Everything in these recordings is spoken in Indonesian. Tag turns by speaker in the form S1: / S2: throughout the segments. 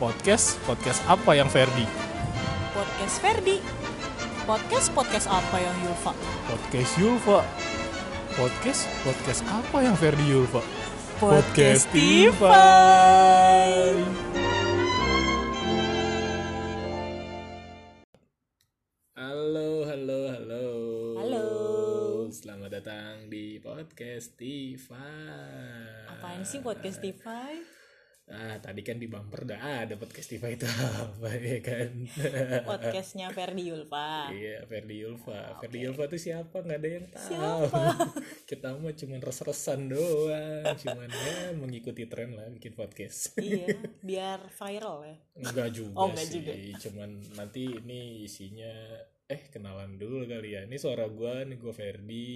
S1: podcast, podcast apa yang Ferdi?
S2: Podcast Ferdi. Podcast podcast apa yang Yulfa?
S1: Podcast Yulfa. Podcast, podcast apa yang Ferdi Yulfa?
S2: Tifai.
S1: Halo, halo, halo.
S2: Halo.
S1: Selamat datang di podcast Tifai.
S2: Apaan sih podcast Tifai?
S1: Ah, tadi kan di bumper dah ada podcast Tifai itu apa ya kan?
S2: Podcastnya Ferdi Yulfa.
S1: Iya, Ferdi Yulfa. Ferdi Yulfa tuh siapa? Nggak ada yang tahu.
S2: Ah, Siapa?
S1: Kita mah cuman res-resan doang, cuman ya mengikuti tren lah bikin podcast.
S2: iya, biar viral ya.
S1: Enggak juga
S2: Oh, nggak
S1: sih,
S2: juga.
S1: cuman nanti ini isinya eh kenalan dulu kali ya. Ini suara gua, nih gua Ferdi.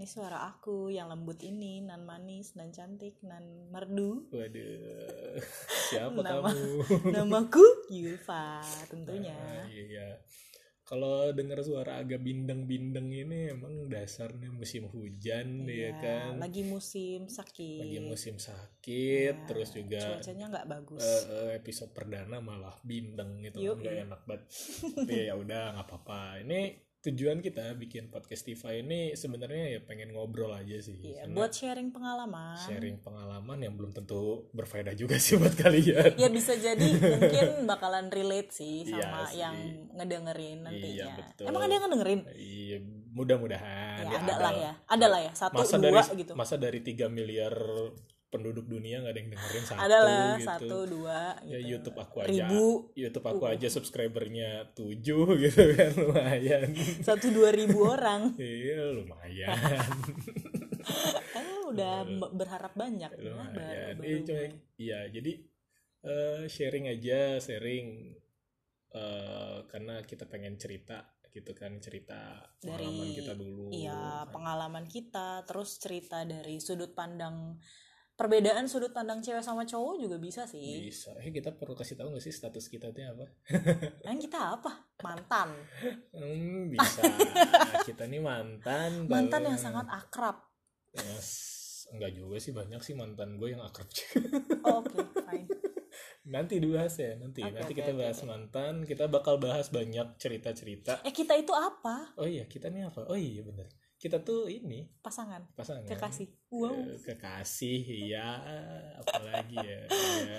S2: Ini suara aku yang lembut ini, nan manis, nan cantik, nan merdu.
S1: Waduh. Siapa
S2: Nama.
S1: kamu?
S2: Namaku Yulfa, tentunya.
S1: Ah, iya. Kalau dengar suara agak bindeng-bindeng ini emang dasarnya musim hujan ya
S2: Iya,
S1: kan.
S2: Lagi musim sakit.
S1: lagi musim sakit
S2: Iya,
S1: terus juga
S2: cuacanya nggak bagus.
S1: eh, eh, episode perdana malah bintang gitu
S2: Yuk,
S1: nggak
S2: iya.
S1: enak banget tapi ya udah nggak apa-apa ini tujuan kita bikin podcast Tiva ini sebenarnya ya pengen ngobrol aja sih
S2: Iya,
S1: Karena
S2: buat kan. sharing pengalaman.
S1: sharing pengalaman yang belum tentu berfaedah juga sih buat kalian
S2: ya bisa jadi mungkin bakalan relate sih
S1: Iya
S2: sama
S1: sih.
S2: yang ngedengerin nantinya.
S1: Iya, betul.
S2: Emang ada yang ngedengerin?
S1: iya mudah-mudahan
S2: Ya,
S1: ya
S2: ada lah ya, ada lah ya satu
S1: masa
S2: dua
S1: dari
S2: gitu.
S1: masa dari 3 miliar penduduk dunia nggak ada yang dengerin satu
S2: Ada lah
S1: gitu
S2: satu dua. Gitu.
S1: ya YouTube aku aja
S2: ribu
S1: YouTube aku
S2: Uh.
S1: aja subscribernya 7 gitu kan lumayan
S2: satu dua ribu orang.
S1: iya lumayan
S2: Kan lu udah m- berharap banyak. Gimana
S1: lumayan
S2: baru-
S1: Iya,
S2: baru
S1: cuma-
S2: mulai?
S1: iya jadi eh, sharing aja sharing eh, karena kita pengen cerita gitu kan cerita
S2: Dari-
S1: pengalaman kita dulu
S2: Iya pengalaman kita terus cerita dari sudut pandang perbedaan sudut pandang cewek sama cowok juga bisa sih.
S1: bisa eh kita perlu kasih tahu nggak sih status kita itu apa
S2: Kan kita apa? Mantan.
S1: hmm, bisa Nah, kita nih mantan
S2: Mantan
S1: kalau-
S2: yang sangat akrab.
S1: Yes. enggak juga sih banyak sih mantan gue yang akrab juga
S2: Oh, Oke, fine.
S1: Nanti dibahas ya, nanti.
S2: Oke,
S1: nanti
S2: oke,
S1: kita
S2: oke,
S1: bahas
S2: oke.
S1: mantan, kita bakal bahas banyak cerita-cerita.
S2: Eh kita itu apa?
S1: Oh iya, kita nih apa? Oh iya bener. Kita tuh ini
S2: Pasangan,
S1: pasangan.
S2: kekasih.
S1: Eh,
S2: Wow.
S1: Kekasih, iya. Apalagi ya. ya.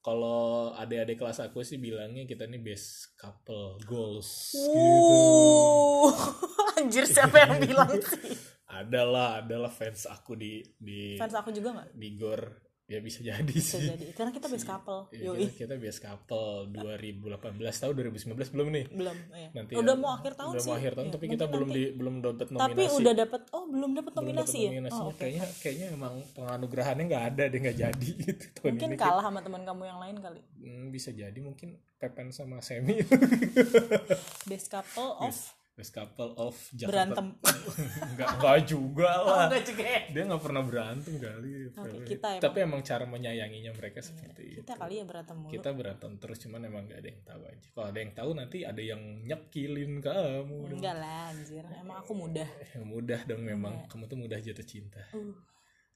S1: Kalau adik-adik kelas aku sih bilangnya kita nih best couple goals gitu.
S2: Wow. Anjir siapa yang bilang sih?
S1: Adalah, adalah fans aku di di
S2: Fans aku juga nggak
S1: di gor. Ya bisa jadi
S2: bisa
S1: sih.
S2: jadi. Karena kita best couple.
S1: Ya,
S2: Yoi.
S1: kita, kita best couple 2018 tahu 2019 belum nih?
S2: Belum. iya.
S1: nanti
S2: udah
S1: ya.
S2: mau akhir tahun
S1: udah
S2: sih.
S1: mau akhir tahun
S2: Iya,
S1: tapi kita
S2: mungkin
S1: belum
S2: nanti.
S1: di belum dapat nominasi
S2: Tapi udah dapet oh belum dapet
S1: Belum dapet
S2: nominasi ya. Oh,
S1: nominasinya.
S2: oke.
S1: kayaknya kayaknya emang penganugerahannya nggak ada deh nggak jadi gitu tahun
S2: Mungkin
S1: ini
S2: kalah sama teman kamu yang lain kali.
S1: Hmm, bisa jadi mungkin Pepen sama Semi
S2: Best couple of
S1: best couple of Jakarta
S2: berantem.
S1: Oh, nggak nggak juga lah
S2: Enggak juga ya.
S1: dia nggak pernah berantem kali Pepen.
S2: kita emang-
S1: tapi emang cara menyayanginya mereka seperti itu
S2: Kita kali ya berantem mulu.
S1: kita berantem terus cuman emang nggak ada yang tahu aja kalau ada yang tahu nanti ada yang nyekilin kamu dong.
S2: Enggak lah anjir. Emang aku mudah.
S1: Eh, mudah dong memang kamu tuh mudah jatuh cinta
S2: Uh,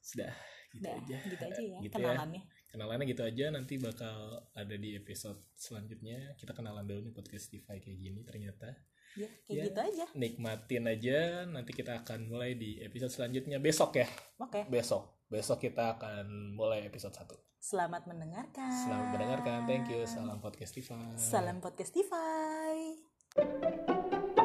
S1: sudah gitu
S2: dah,
S1: aja
S2: gitu aja ya
S1: Gitu
S2: kenalannya.
S1: kenalannya gitu aja nanti bakal ada di episode selanjutnya kita kenalan dulu nih podcast Spotify kayak gini ternyata
S2: Ya, kayak
S1: Ya.
S2: gitu aja.
S1: nikmatin aja nanti kita akan mulai di episode selanjutnya besok ya
S2: Oke.
S1: besok besok kita akan mulai episode 1
S2: Selamat mendengarkan.
S1: selamat mendengarkan thank you salam podcast Spotify
S2: Salam Podcastify.